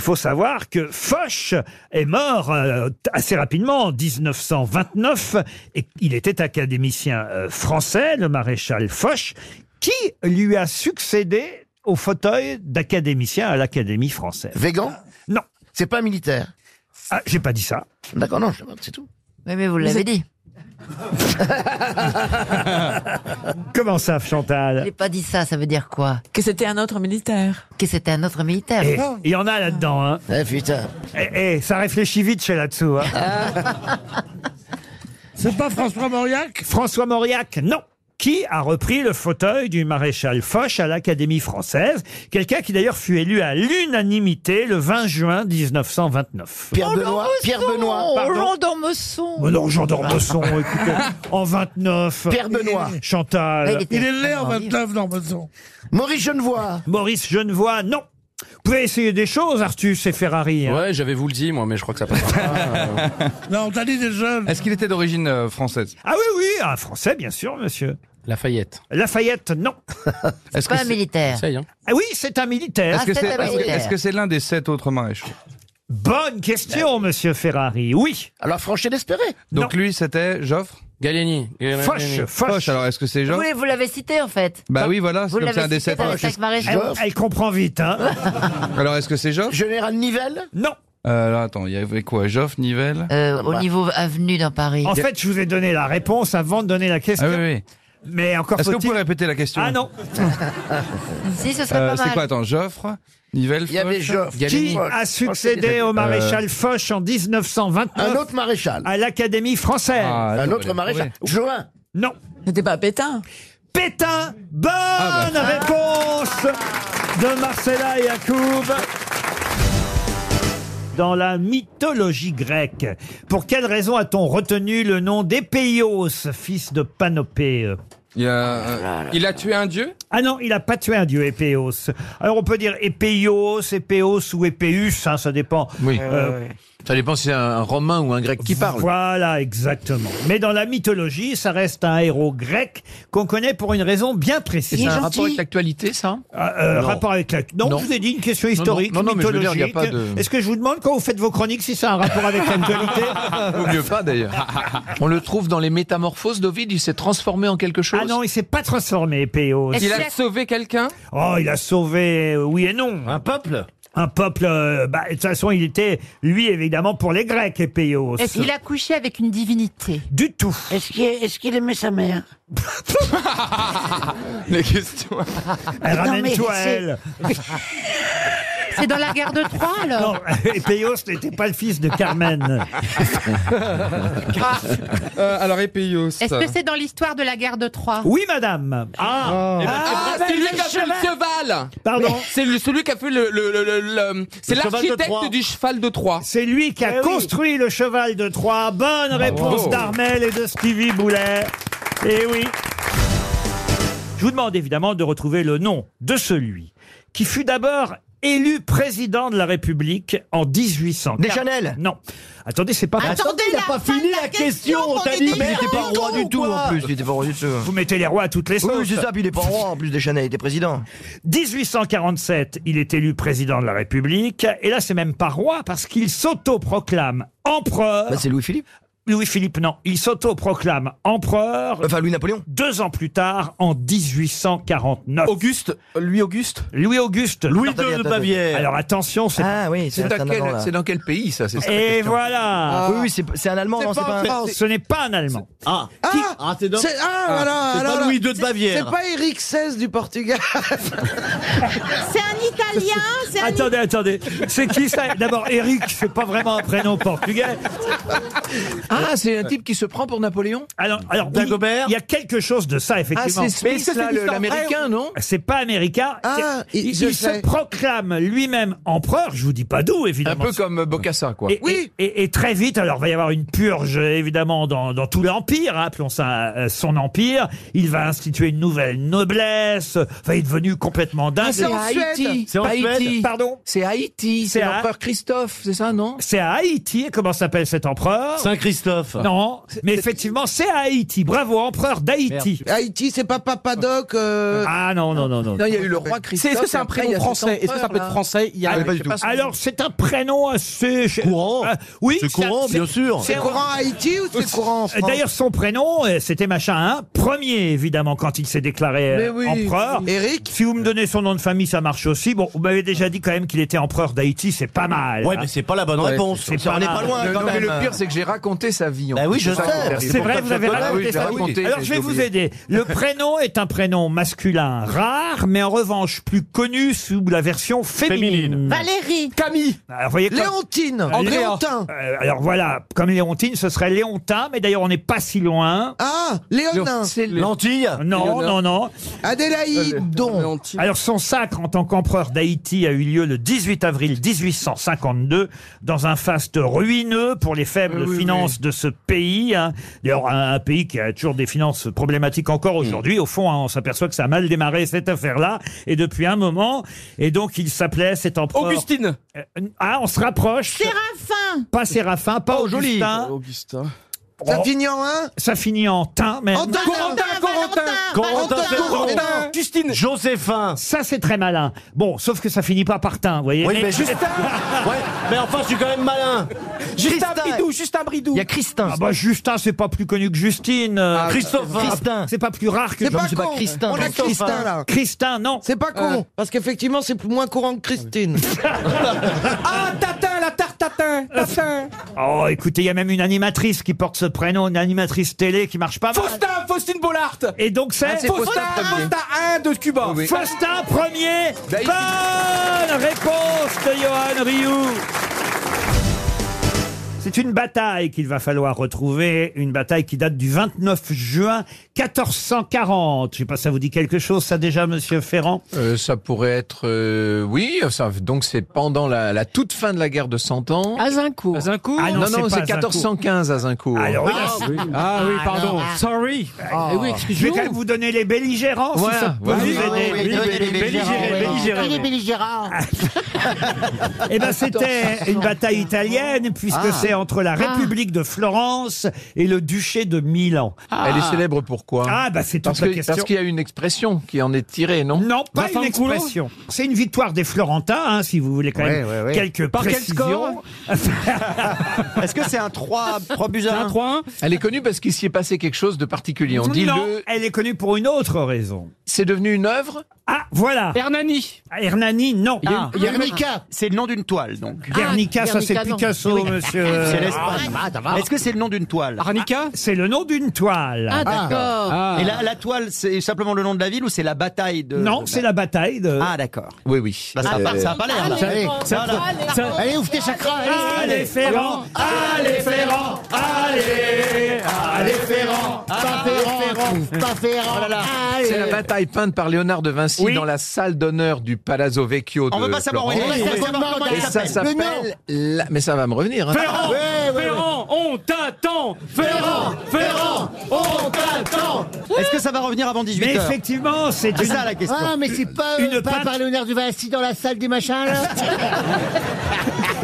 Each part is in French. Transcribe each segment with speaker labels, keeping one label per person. Speaker 1: faut savoir que Foch est mort euh, t- assez rapidement en 1929 et il était académicien euh, français, le maréchal Foch, qui lui a succédé au fauteuil d'académicien à l'Académie française.
Speaker 2: Végan
Speaker 1: Non,
Speaker 2: C'est pas un militaire.
Speaker 1: Ah, j'ai pas dit ça.
Speaker 2: D'accord, non, je demande, c'est tout.
Speaker 3: Oui, mais vous l'avez dit.
Speaker 1: Comment ça, Chantal
Speaker 3: J'ai pas dit ça, ça veut dire quoi
Speaker 4: Que c'était un autre militaire.
Speaker 3: Que c'était un autre militaire.
Speaker 1: Eh, Il y en a là-dedans, hein.
Speaker 2: Eh putain.
Speaker 1: Eh, eh, ça réfléchit vite chez là-dessous. hein.
Speaker 5: C'est pas François Mauriac
Speaker 1: François Mauriac, non. Qui a repris le fauteuil du maréchal Foch à l'Académie française Quelqu'un qui d'ailleurs fut élu à l'unanimité le 20 juin 1929.
Speaker 6: Oh,
Speaker 2: Pierre Benoît. Pierre Benoît.
Speaker 1: Pardon Mais Oh non, Jean d'Ormesson, écoutez, en 29.
Speaker 2: Pierre Benoît.
Speaker 1: Chantal.
Speaker 7: euh,
Speaker 3: Ouais, il était-
Speaker 5: Il est laid en
Speaker 3: Ah, oui.
Speaker 5: 29 dans Besson.
Speaker 2: Maurice Genevois.
Speaker 1: Maurice Genevois, non. Vous pouvez essayer des choses, Artus et Ferrari. hein.
Speaker 8: Ouais, j'avais vous le dit, moi, mais je crois que ça passe pas. Euh,
Speaker 5: Non, on t'a dit des jeunes.
Speaker 7: Est-ce qu'il était d'origine euh, française
Speaker 1: Ah oui, oui, un Français, bien sûr, monsieur.
Speaker 8: Lafayette.
Speaker 1: Lafayette, non.
Speaker 7: Est-ce que
Speaker 3: Pas un
Speaker 7: c'est
Speaker 3: militaire.
Speaker 8: Ça y est, hein.
Speaker 1: Ah oui, c'est un militaire.
Speaker 3: Ah,
Speaker 7: est-ce que
Speaker 3: c'est
Speaker 7: c'est
Speaker 3: un
Speaker 7: est-ce que-
Speaker 3: militaire.
Speaker 7: est-ce que c'est l'un des sept autres maréchaux
Speaker 1: Bonne question, monsieur Ferrari. Oui.
Speaker 2: Alors Franchet d'Espéré.
Speaker 7: Donc
Speaker 1: Non.
Speaker 7: lui, c'était Joffre
Speaker 8: Gallieni. Gallieni.
Speaker 1: Foch, Foch.
Speaker 7: Foch. Alors est-ce que c'est
Speaker 3: Vous,
Speaker 7: Joffre
Speaker 3: l'avez- vous l'avez cité en fait.
Speaker 7: Bah oui, voilà,
Speaker 3: Vous
Speaker 7: c'est comme c'est
Speaker 3: l'avez
Speaker 7: un des
Speaker 3: cité
Speaker 7: sept
Speaker 3: dans les
Speaker 7: maréchaux.
Speaker 3: cinq maréchaux.
Speaker 1: Elle, elle comprend vite, hein.
Speaker 7: Alors est-ce que c'est Joffre
Speaker 2: Général Nivelle.
Speaker 1: Non.
Speaker 7: Euh, alors, Attends, il y avait quoi Joffre, Nivelle
Speaker 3: Euh, au niveau avenue dans Paris.
Speaker 1: En fait, je vous ai donné la réponse avant de donner la question.
Speaker 7: Ah oui, oui.
Speaker 1: Mais encore
Speaker 7: Est-ce que vous
Speaker 1: faut-il.
Speaker 7: pouvez répéter la question
Speaker 1: Ah non.
Speaker 3: si, ce serait
Speaker 7: Euh,
Speaker 3: pas
Speaker 7: C'est
Speaker 3: mal.
Speaker 7: quoi Attends, Joffre, Nivelle,
Speaker 2: Il y avait
Speaker 7: Foch
Speaker 2: Joffre.
Speaker 1: Qui
Speaker 2: Foch.
Speaker 1: a succédé au maréchal
Speaker 7: Euh.
Speaker 1: Foch en 1929
Speaker 2: Un autre maréchal.
Speaker 6: Ah,
Speaker 1: à l'Académie française
Speaker 7: Ah,
Speaker 2: Un
Speaker 7: attends,
Speaker 2: autre
Speaker 7: on va les
Speaker 2: maréchal. Join.
Speaker 1: Non.
Speaker 4: C'était pas Pétain.
Speaker 1: Pétain. Bonne
Speaker 7: Ah, bah.
Speaker 1: réponse de Marcella Yacoub. Dans la mythologie grecque, pour quelle raison a-t-on retenu le nom d'Épéios, fils de Panopée
Speaker 7: Il, y a, euh,
Speaker 8: Il a tué un dieu
Speaker 1: Ah non, il a pas tué un dieu, Épéos. Alors on peut dire Épéios, Épéos ou Épéus, hein, ça dépend.
Speaker 8: Oui.
Speaker 1: Euh,
Speaker 8: Ça dépend si c'est un romain ou un grec qui parle.
Speaker 1: Voilà, exactement. Mais dans la mythologie, ça reste un héros grec qu'on connaît pour une raison bien précise.
Speaker 8: C'est un rapport avec l'actualité, ça
Speaker 1: Ah, euh,
Speaker 8: Non.
Speaker 1: rapport avec la... Non,
Speaker 8: Non.
Speaker 1: je vous ai dit une question historique,
Speaker 8: non, non, mais je veux
Speaker 1: mythologique.
Speaker 8: dire, il y a pas de-
Speaker 1: Est-ce que je vous demande quand vous faites vos chroniques si ça a un rapport avec l'actualité
Speaker 7: Vaut mieux pas d'ailleurs.
Speaker 8: On le trouve dans les métamorphoses d'Ovide, il s'est transformé en quelque chose.
Speaker 1: Ah non, il s'est pas transformé, Épéos.
Speaker 8: Il a sauvé quelqu'un
Speaker 1: Oh, il a sauvé, euh, oui et non. Un peuple Un peuple, euh, bah, de toute façon, il était, lui, évidemment, pour les Grecs, Épéos.
Speaker 9: Est-ce qu'il a couché avec une divinité
Speaker 1: Du tout.
Speaker 10: Est-ce qu'il est-ce qu'il aimait sa mère
Speaker 7: Les questions.
Speaker 1: Elle
Speaker 10: Ah, Non, mais
Speaker 1: ramène-toi à
Speaker 10: c'est-
Speaker 1: elle.
Speaker 9: C'est dans la guerre de Troie alors
Speaker 10: Ah.
Speaker 1: Non, Épéos n'était pas le fils de Carmen.
Speaker 7: Euh, alors Epeios.
Speaker 9: Est-ce que c'est dans l'histoire de la guerre de Troie
Speaker 1: Oui, madame.
Speaker 10: Eh
Speaker 1: Ah,
Speaker 10: ben,
Speaker 1: Ah,
Speaker 8: C'est lui Eh ben, qui a fait le cheval
Speaker 1: pardon.
Speaker 8: C'est le- celui qui a fait le. le- le- le- le- c'est
Speaker 6: cheval de
Speaker 8: l'architecte
Speaker 6: Troie.
Speaker 8: du cheval de Troie.
Speaker 1: C'est lui qui
Speaker 10: Eh
Speaker 1: a construit le cheval de Troie. Bonne réponse d'Armel et de Stevie Boulet. Et oui. Je vous demande évidemment de retrouver le nom de celui qui fut d'abord élu président de la République en 1800.
Speaker 2: Deschanel.
Speaker 1: Non. Attendez, c'est pas
Speaker 9: Attendez, il n'a pas fini la question, on t'a dit
Speaker 6: Mais il était pas roi du tout en plus, il était pas roi du tout.
Speaker 1: Vous mettez les rois à toutes les
Speaker 6: Oui,
Speaker 1: sauces.
Speaker 6: oui, c'est ça, puis il est pas roi en plus, Deschanel il était président.
Speaker 1: 1847, il est élu président de la République. Et là, c'est même pas roi parce qu'il s'autoproclame empereur.
Speaker 6: Bah, c'est Louis-Philippe.
Speaker 1: Louis-Philippe, non. Il s'autoproclame empereur
Speaker 6: Enfin, Louis-Napoléon.
Speaker 1: deux ans plus tard, en 1849.
Speaker 8: Auguste, lui Auguste
Speaker 1: Louis-Auguste.
Speaker 6: Louis
Speaker 1: Non.
Speaker 6: de Bavière.
Speaker 1: Alors attention, c'est...
Speaker 6: Ah oui,
Speaker 8: C'est
Speaker 6: c'est
Speaker 8: dans,
Speaker 6: un
Speaker 8: quel-
Speaker 6: Allemand là.
Speaker 8: c'est dans quel pays ça c'est ça la
Speaker 1: Et
Speaker 8: question.
Speaker 1: voilà
Speaker 2: Ah.
Speaker 6: Oui, oui, c'est c'est un Allemand, non, c'est pas un.
Speaker 1: Ce n'est pas un Allemand.
Speaker 6: Ah, ah c'est
Speaker 5: C'est ah, voilà, alors là.
Speaker 6: II de
Speaker 5: C'est pas Eric XVI du Portugal.
Speaker 9: C'est un Italien, c'est un
Speaker 1: Attendez, attendez. C'est qui ça D'abord, Eric, c'est pas vraiment un prénom portugais.
Speaker 8: Ah, c'est un type qui se prend pour Napoléon
Speaker 1: Alors, alors oui,
Speaker 6: Dagobert
Speaker 1: il y a quelque chose de ça,
Speaker 8: Ah,
Speaker 1: effectivement.
Speaker 8: c'est Smith, là, le- l'américain, non
Speaker 1: hein. c'est pas américain.
Speaker 5: Ah,
Speaker 1: C'est-
Speaker 5: il-
Speaker 1: il
Speaker 5: je
Speaker 1: il se
Speaker 5: sais.
Speaker 1: proclame lui-même empereur. Je vous dis pas d'où,
Speaker 8: Un
Speaker 1: évidemment.
Speaker 8: peu comme euh, Bocassa, quoi.
Speaker 1: Et, et- et- et très vite, alors va y avoir une purge évidemment dans, dans tout l'empire, hein, appelons ça euh, son empire. Il va instituer une nouvelle noblesse. Enfin, il est devenu complètement dingue.
Speaker 8: c'est en Haïti.
Speaker 6: C'est en
Speaker 8: Haïti.
Speaker 6: Suède.
Speaker 1: Pardon
Speaker 8: C'est Haïti.
Speaker 1: C'est
Speaker 8: C'est
Speaker 1: à-
Speaker 8: l'empereur Christophe, c'est ça, non
Speaker 1: c'est à Haïti. Comment s'appelle cet empereur
Speaker 6: Saint-Christophe. Christophe.
Speaker 1: Non, mais effectivement, c'est à Haïti. Bravo, empereur d'Haïti.
Speaker 5: Haïti, c'est pas Papadoc. euh,
Speaker 1: Ah non, non, non, non.
Speaker 8: il y a eu le roi Christophe.
Speaker 11: Est-ce que c'est un prénom français Est-ce que ça peut être français Il y a-
Speaker 6: Ah, mais pas du tout.
Speaker 1: Alors, c'est un prénom assez...
Speaker 6: Courant.
Speaker 1: Euh, oui,
Speaker 6: C'est courant,
Speaker 1: c'est-
Speaker 6: bien sûr.
Speaker 1: c'est- Euh,
Speaker 5: C'est courant à Haïti ou c'est courant en France
Speaker 1: D'ailleurs, son prénom, euh, c'était machin, hein, premier, évidemment, quand il s'est déclaré euh,
Speaker 5: Mais oui.
Speaker 1: empereur.
Speaker 5: Eric
Speaker 1: Si vous me donnez son nom de famille, ça marche aussi. Bon, vous m'avez déjà dit quand même qu'il était empereur d'Haïti, c'est pas mal.
Speaker 6: Ouais,
Speaker 1: hein.
Speaker 6: mais c'est pas la bonne
Speaker 7: Ouais,
Speaker 6: réponse.
Speaker 1: c'est
Speaker 6: Ça,
Speaker 1: pas
Speaker 6: on n'est
Speaker 1: mal.
Speaker 6: pas loin
Speaker 7: Non,
Speaker 6: quand
Speaker 7: mais
Speaker 6: même.
Speaker 7: le pire, c'est que j'ai raconté sa vie. en
Speaker 6: Bah
Speaker 7: fait.
Speaker 6: oui, je
Speaker 7: C'est ça
Speaker 6: sais.
Speaker 7: qui est terrible.
Speaker 1: C'est vrai, vous avez
Speaker 7: Ah oui,
Speaker 1: raconté
Speaker 7: j'ai
Speaker 1: ça.
Speaker 7: raconté,
Speaker 1: Alors
Speaker 7: j'ai
Speaker 1: je vais vous
Speaker 7: oublié.
Speaker 1: aider. Le prénom est un prénom masculin rare, mais en revanche plus connu sous la version féminine.
Speaker 9: Valérie.
Speaker 11: Camille
Speaker 1: Alors, voyez, comme-
Speaker 5: Léontine
Speaker 1: Andréa.
Speaker 5: Léontin
Speaker 1: Euh, alors voilà, comme Léontine, ce serait Léontin, mais d'ailleurs on n'est pas si loin.
Speaker 5: Ah Léonin
Speaker 8: C'est le-
Speaker 6: Lentille
Speaker 1: Non, non,
Speaker 7: Léonard.
Speaker 1: non.
Speaker 5: Adélaïde Don
Speaker 7: Léontine.
Speaker 1: Alors son sacre en tant qu'empereur d'Haïti a eu lieu le 18 avril 1852 dans un faste ruineux pour les faibles finances de ce pays. hein. D'ailleurs un, un pays qui a toujours des finances problématiques encore aujourd'hui. Au fond, hein, on s'aperçoit que ça a mal démarré cette affaire-là et depuis un moment. Et donc il s'appelait cet empereur.
Speaker 11: Augustine
Speaker 1: Euh, ah, on se rapproche.
Speaker 9: Séraphin.
Speaker 1: Pas Séraphin, pas
Speaker 2: Oh,
Speaker 1: Augustin.
Speaker 7: Augustin.
Speaker 5: Ça
Speaker 1: Oh.
Speaker 5: finit en un
Speaker 1: Ça finit en tin, mais
Speaker 5: Antonin
Speaker 11: Corentin Corentin
Speaker 6: Corentin,
Speaker 5: Valentin,
Speaker 6: c'est bon.
Speaker 5: Corentin.
Speaker 11: Justine
Speaker 6: Joséphin.
Speaker 1: ça c'est très malin. Bon, sauf que ça finit pas par tin, vous voyez.
Speaker 6: Oui,
Speaker 1: Mais-
Speaker 6: mais juste. Ouais, mais enfin, je suis quand même malin.
Speaker 11: Justin
Speaker 6: Christin.
Speaker 11: Bridou Justin Bridou
Speaker 6: Il y a Christin.
Speaker 1: Ah bah Justin, c'est pas plus connu que Justine. euh,
Speaker 2: Ah,
Speaker 6: bah, Christophe. Christin.
Speaker 1: C'est pas plus rare que
Speaker 5: C'est
Speaker 1: Jean-
Speaker 5: pas
Speaker 6: c'est pas
Speaker 5: con
Speaker 6: Christin,
Speaker 5: On
Speaker 8: hein.
Speaker 5: a
Speaker 6: Christophe.
Speaker 5: Christin là
Speaker 1: Christin, non.
Speaker 5: C'est pas con Parce qu'effectivement c'est plus- moins courant que Christine
Speaker 11: Ah Tatin la tarte Tatin Tatin
Speaker 1: Oh, écoutez, il y a même une animatrice qui porte ce prénom, une animatrice télé qui marche pas mal.
Speaker 11: Faustin Faustine Bollard
Speaker 1: Et donc c'est
Speaker 7: c'est
Speaker 1: Faustin,
Speaker 11: Faustin Faustin 1 de Cuba
Speaker 7: Oui.
Speaker 1: Faustin premier.
Speaker 7: D'ailleurs-
Speaker 1: Bonne réponse de Johan Rioux. C'est une bataille qu'il va falloir retrouver, une bataille qui date du 29 juin 1440. Je sais pas, ça vous dit quelque chose, ça déjà, Monsieur Ferrand
Speaker 8: Euh, ça pourrait être. euh, oui, ça, donc c'est pendant la, la toute fin de la guerre de 100 ans.
Speaker 5: Ah.
Speaker 4: Azincourt.
Speaker 8: Azincourt
Speaker 1: Ah non,
Speaker 8: non,
Speaker 1: c'est
Speaker 8: non,
Speaker 1: pas
Speaker 8: c'est
Speaker 1: Azincourt.
Speaker 8: 1415 Azincourt.
Speaker 1: Alors, oui, là,
Speaker 11: Ah oui
Speaker 3: pardon.
Speaker 11: Sorry
Speaker 5: Ah. Eh
Speaker 1: Je vais quand même vous donner les belligérants, si
Speaker 8: Voilà,
Speaker 1: ça peut
Speaker 8: voilà.
Speaker 1: vous
Speaker 8: Oui,
Speaker 1: aider.
Speaker 10: Il est belligérant.
Speaker 1: Eh ben, c'était une bataille italienne, puisque c'est entre la République de Florence et le duché de Milan.
Speaker 8: Elle est célèbre pourquoi
Speaker 1: Ah, bah, c'est toute
Speaker 8: Parce
Speaker 1: la
Speaker 8: que-
Speaker 1: question.
Speaker 8: parce qu'il y a une expression qui en est tirée, non
Speaker 1: Non, pas une
Speaker 11: Vincent Coulon
Speaker 1: expression. C'est une victoire des Florentins, hein, si vous voulez quand même
Speaker 6: Ouais, ouais, ouais.
Speaker 1: quelques
Speaker 11: Par quel
Speaker 1: précisions.
Speaker 11: score
Speaker 6: Est-ce que c'est un 3, 3 buts à 1
Speaker 11: 3
Speaker 8: Elle est connue parce qu'il s'y est passé quelque chose de particulier. On dit
Speaker 1: non,
Speaker 8: le.
Speaker 1: elle est connue pour une autre raison.
Speaker 8: C'est devenu une œuvre
Speaker 1: Ah, voilà. Ah,
Speaker 11: Hernani
Speaker 1: Hernani, non. Ah,
Speaker 6: Guernica.
Speaker 11: C'est le nom d'une toile donc
Speaker 1: Guernica, ça c'est
Speaker 3: Guernica, non.
Speaker 1: Picasso, monsieur. Ah,
Speaker 6: C'est l'Espagne.
Speaker 11: Est-ce que c'est le nom d'une toile Arnica
Speaker 1: C'est le nom d'une toile.
Speaker 3: Ah, d'accord.
Speaker 6: Et la, la toile, c'est simplement le nom de la ville ou c'est la bataille de.
Speaker 1: non, c'est la bataille de...
Speaker 6: Euh, Ah, d'accord.
Speaker 8: Oui, oui. Ah,
Speaker 6: Bah, ça a pas- ça a pas l'air, là.
Speaker 9: Allez,
Speaker 6: Voilà.
Speaker 2: Allez, ouvre tes chakras
Speaker 1: Allez Ferrand,
Speaker 6: Ah
Speaker 1: allez Ferrand, allez, allez Ferrand.
Speaker 2: Pas Ferrand ouvre Pas Ferrand
Speaker 8: C'est la bataille peinte par Léonard de Vinci
Speaker 1: Oui.
Speaker 8: dans la salle d'honneur du Palazzo Vecchio.
Speaker 6: On
Speaker 8: de
Speaker 6: veut pas savoir où elle
Speaker 8: Florence.
Speaker 6: est.
Speaker 2: Oui,
Speaker 6: on veut
Speaker 2: oui.
Speaker 6: savoir comment
Speaker 8: Et
Speaker 6: elle
Speaker 8: ça
Speaker 6: s'appelle.
Speaker 8: s'appelle. la- Mais ça va me revenir. hein.
Speaker 6: Ah
Speaker 1: Ferrand,
Speaker 11: Ferrand, on t'attend Ferrand, Ferrand, on t'attend
Speaker 6: Est-ce que ça va revenir avant
Speaker 1: mais
Speaker 6: 18h
Speaker 1: effectivement, c'est
Speaker 6: C'est
Speaker 1: une...
Speaker 6: ça la question.
Speaker 2: Ah, mais c'est pas,
Speaker 1: Une
Speaker 2: euh, pas
Speaker 1: pâte.
Speaker 2: par Léonard de Vinci dans la salle des machins, là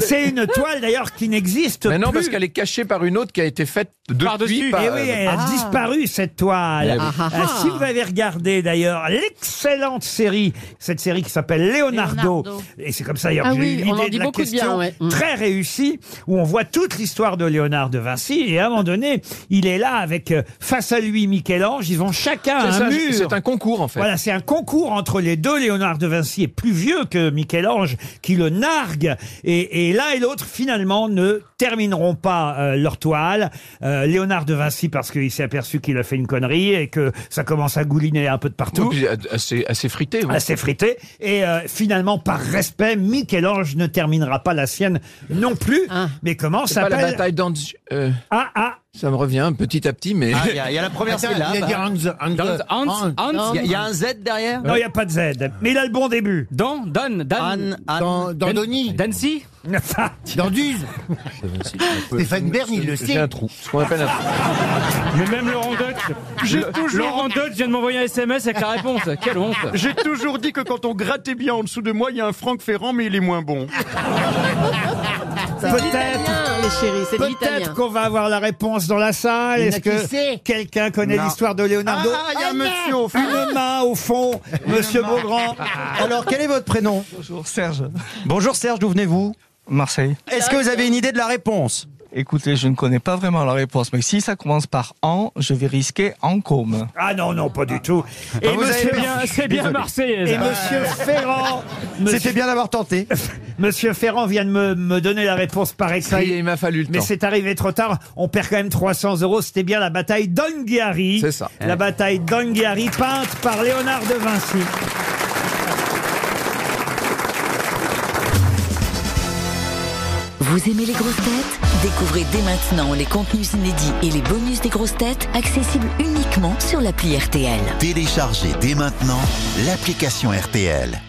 Speaker 1: c'est une toile d'ailleurs qui n'existe
Speaker 8: Mais non,
Speaker 1: plus.
Speaker 8: parce qu'elle est cachée par une autre qui a été faite depuis.
Speaker 11: Par-dessus.
Speaker 8: par-
Speaker 1: Eh oui, elle
Speaker 3: Ah.
Speaker 1: a disparu cette toile.
Speaker 8: Eh oui.
Speaker 1: Euh, Si vous avez regardé d'ailleurs l'excellente série, cette série qui s'appelle Leonardo,
Speaker 3: Leonardo.
Speaker 1: et c'est comme ça d'ailleurs
Speaker 3: Ah
Speaker 1: que j'ai
Speaker 3: oui,
Speaker 1: eu l'idée
Speaker 3: on en
Speaker 1: de
Speaker 3: dit
Speaker 1: la
Speaker 3: beaucoup de bien,
Speaker 1: question,
Speaker 3: ouais. Mm.
Speaker 1: très réussie, où on voit toute l'histoire de Léonard de Vinci, et à un moment donné, il est là avec, euh, face à lui, Michel-Ange, ils ont chacun
Speaker 8: C'est
Speaker 1: un
Speaker 8: ça,
Speaker 1: mur.
Speaker 8: c'est un concours en fait.
Speaker 1: Voilà, c'est un concours entre les deux. Léonard de Vinci est plus vieux que Michel-Ange, qui le nargue. Et, et l'un et l'autre, finalement, ne termineront pas euh, leur toile. Euh, Léonard de Vinci, parce qu'il s'est aperçu qu'il a fait une connerie et que ça commence à gouliner un peu de
Speaker 8: Tout.
Speaker 1: partout.
Speaker 8: Assez, assez frité. oui.
Speaker 1: À s'effriter. Et euh, finalement, par respect, Michel-Ange ne terminera pas la sienne non plus.
Speaker 3: Ah.
Speaker 1: Mais comment
Speaker 8: C'est pas la
Speaker 1: s'appelle
Speaker 8: bataille d'Ange. euh,
Speaker 1: Ah, ah,
Speaker 8: ça me revient petit à petit, mais.
Speaker 6: Ah, Il y, a- il y a la première syllabe. Il y a- il y a un Z derrière
Speaker 1: non, il n'y a pas de Z. Mais il a le bon début.
Speaker 11: Don, Don,
Speaker 6: Anne, Anne.
Speaker 2: Dans, dans Donny
Speaker 11: Dancy
Speaker 2: Dans Duse Stéphane Bern, il le
Speaker 8: J'ai
Speaker 2: sait
Speaker 8: un trou. Ce qu'on appelle un trou.
Speaker 11: Mais même Laurent Deutsch J'ai toujours Laurent Deutsch vient de m'envoyer un SMS avec la réponse Quelle honte
Speaker 6: Ah,
Speaker 7: J'ai toujours dit que quand on grattait bien en dessous de moi, il y a un Franck Ferrand, mais il est moins bon.
Speaker 1: Peut-être
Speaker 3: les chéris, c'est de l'italien.
Speaker 1: Peut-être qu'on va avoir la réponse dans la salle.
Speaker 3: Il y en a
Speaker 1: Est-ce
Speaker 3: qui
Speaker 1: que
Speaker 3: sait
Speaker 1: quelqu'un connaît
Speaker 3: Non.
Speaker 1: l'histoire de Leonardo
Speaker 3: Ah, il y a un
Speaker 1: Une
Speaker 3: monsieur au fond.
Speaker 6: Ah,
Speaker 1: Une main au fond, monsieur
Speaker 3: main.
Speaker 1: Beaugrand.
Speaker 7: Alors, quel est votre prénom Bonjour Serge. Bonjour Serge, d'où venez-vous Marseille. Est-ce que vous avez une idée de la réponse Écoutez, je ne connais pas vraiment la réponse, mais si ça commence par en, je vais risquer en com.
Speaker 1: Ah non, non, pas du tout.
Speaker 6: Et monsieur- c'est Ah, bien marseillais,
Speaker 1: Et
Speaker 6: ça. Ah.
Speaker 1: monsieur Ferrand.
Speaker 6: C'était
Speaker 1: bien d'avoir tenté. Monsieur Ferrand vient de me, me donner la réponse par écrit.
Speaker 8: Ça y est, il m'a fallu le
Speaker 1: Mais
Speaker 8: temps.
Speaker 1: c'est arrivé trop tard. On perd quand même 300 euros. C'était bien la bataille d'Anghiari. C'est ça. La bataille d'Anghiari, peinte par Léonard de Vinci.
Speaker 12: Vous aimez les grosses têtes Découvrez dès maintenant les contenus inédits et les bonus des grosses têtes accessibles uniquement sur l'appli RTL.
Speaker 13: Téléchargez dès maintenant l'application RTL.